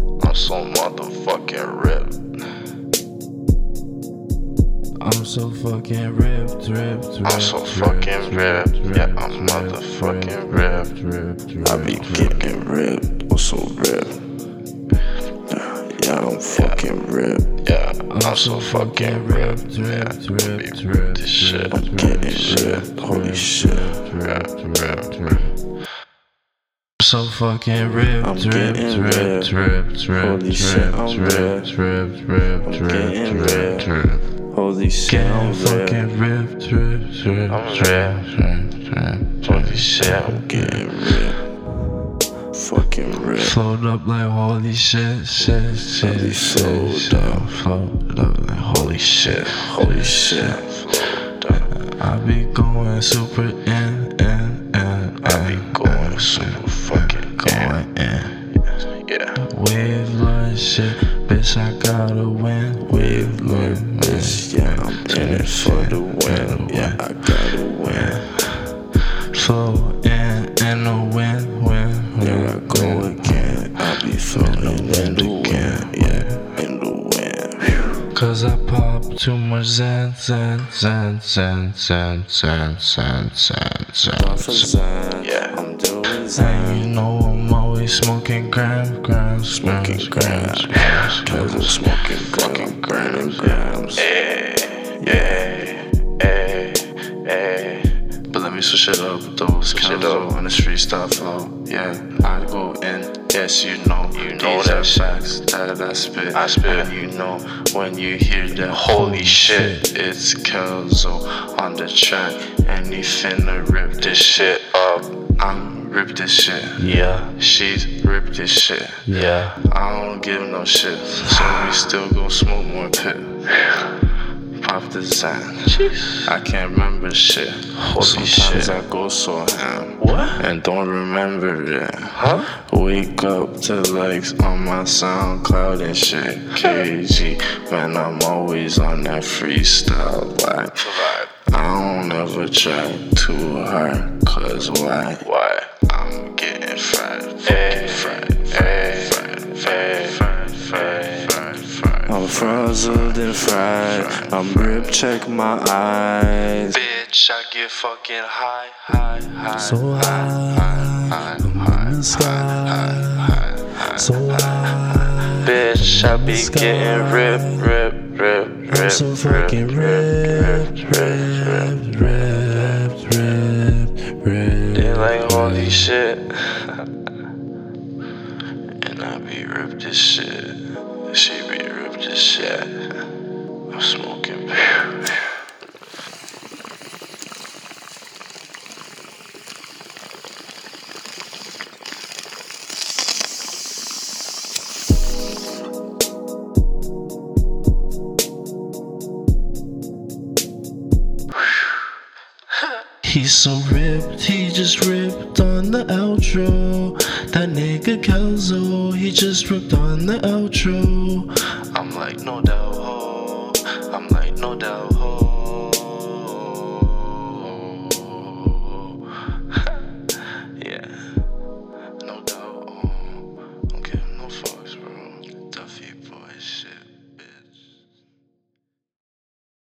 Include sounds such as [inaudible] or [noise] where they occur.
on motherfucking rip. I'm so fucking ripped, ripped, ripped. I'm so fucking ripped, yeah, I'm motherfucking ripped. I be fucking ripped, I'm so ripped. Yeah, I'm fucking ripped, yeah, I'm so fucking ripped, yeah. Ripped, ripped, this shit, I'm getting ripped, holy shit, ripped, ripped, ripped so fucking ripped, ripped, ripped, ripped, ripped, ripped, ripped, ripped, ripped, ripped, Holy shit, I'm fucking ripped, ripped, ripped, I'm ripped, ripped, Holy shit, I'm getting ripped. Fucking ripped. Float up like holy shit, shit, shit, shit, shit. Float up like holy shit, holy shit. I be going super in, in, in. I be going super fucking going in. Yeah. Wave line shit, bitch, I gotta win. Wave line, bitch, yeah, I'm in it for the win. Yeah, I gotta win. Flow in, in the win, win. There I go again. I be throwing in the win, yeah, in the win. Cause I pop too much zen, zen, zen, zen, zen, zen, zen, zen, zen. zen. Yeah, I'm doing And you know I'm always smoking gram, gram, smoking grams, grams, cause I'm smoking fucking grams, grams. Hey, yeah, hey, hey. Eh, But let me switch it up with those switch it up on the street style flow. Yeah, I go in. Yes, you know, you know that facts that I spit. I spit. And you know when you hear that holy shit, it's Kelzo on the track, and he finna rip this shit up. I'm rip this shit. Yeah. She's rip this shit. Yeah. I don't give no shit. So we still gon' smoke more pit. Pop the sign. Jeez. I can't remember shit. Holy Sometimes shit. I go so ham. What? And don't remember it. Huh? Wake up to likes on my SoundCloud and shit. KG, man, I'm always on that freestyle like I don't ever try too hard, cause why? Why? I'm getting fried, Hey, fucking fried, hey, fried, fried, hey, fried, fried, fried, fried, fried. I'm frazzled and fried. I'm grip, check my eyes. Bitch, I get fucking high, high, high. So high, high, high, high, high, high, So high, Bitch, I be Sky. getting ripped, ripped, ripped, I'm ripped, so fucking ripped, ripped, ripped, ripped, ripped, ripped, ripped, ripped, ripped. They like holy shit. and I be ripped as shit. She be ripped as shit. I'm smoking beer. He's so ripped, he just ripped on the outro. That nigga Kelso, he just ripped on the outro. [laughs] um,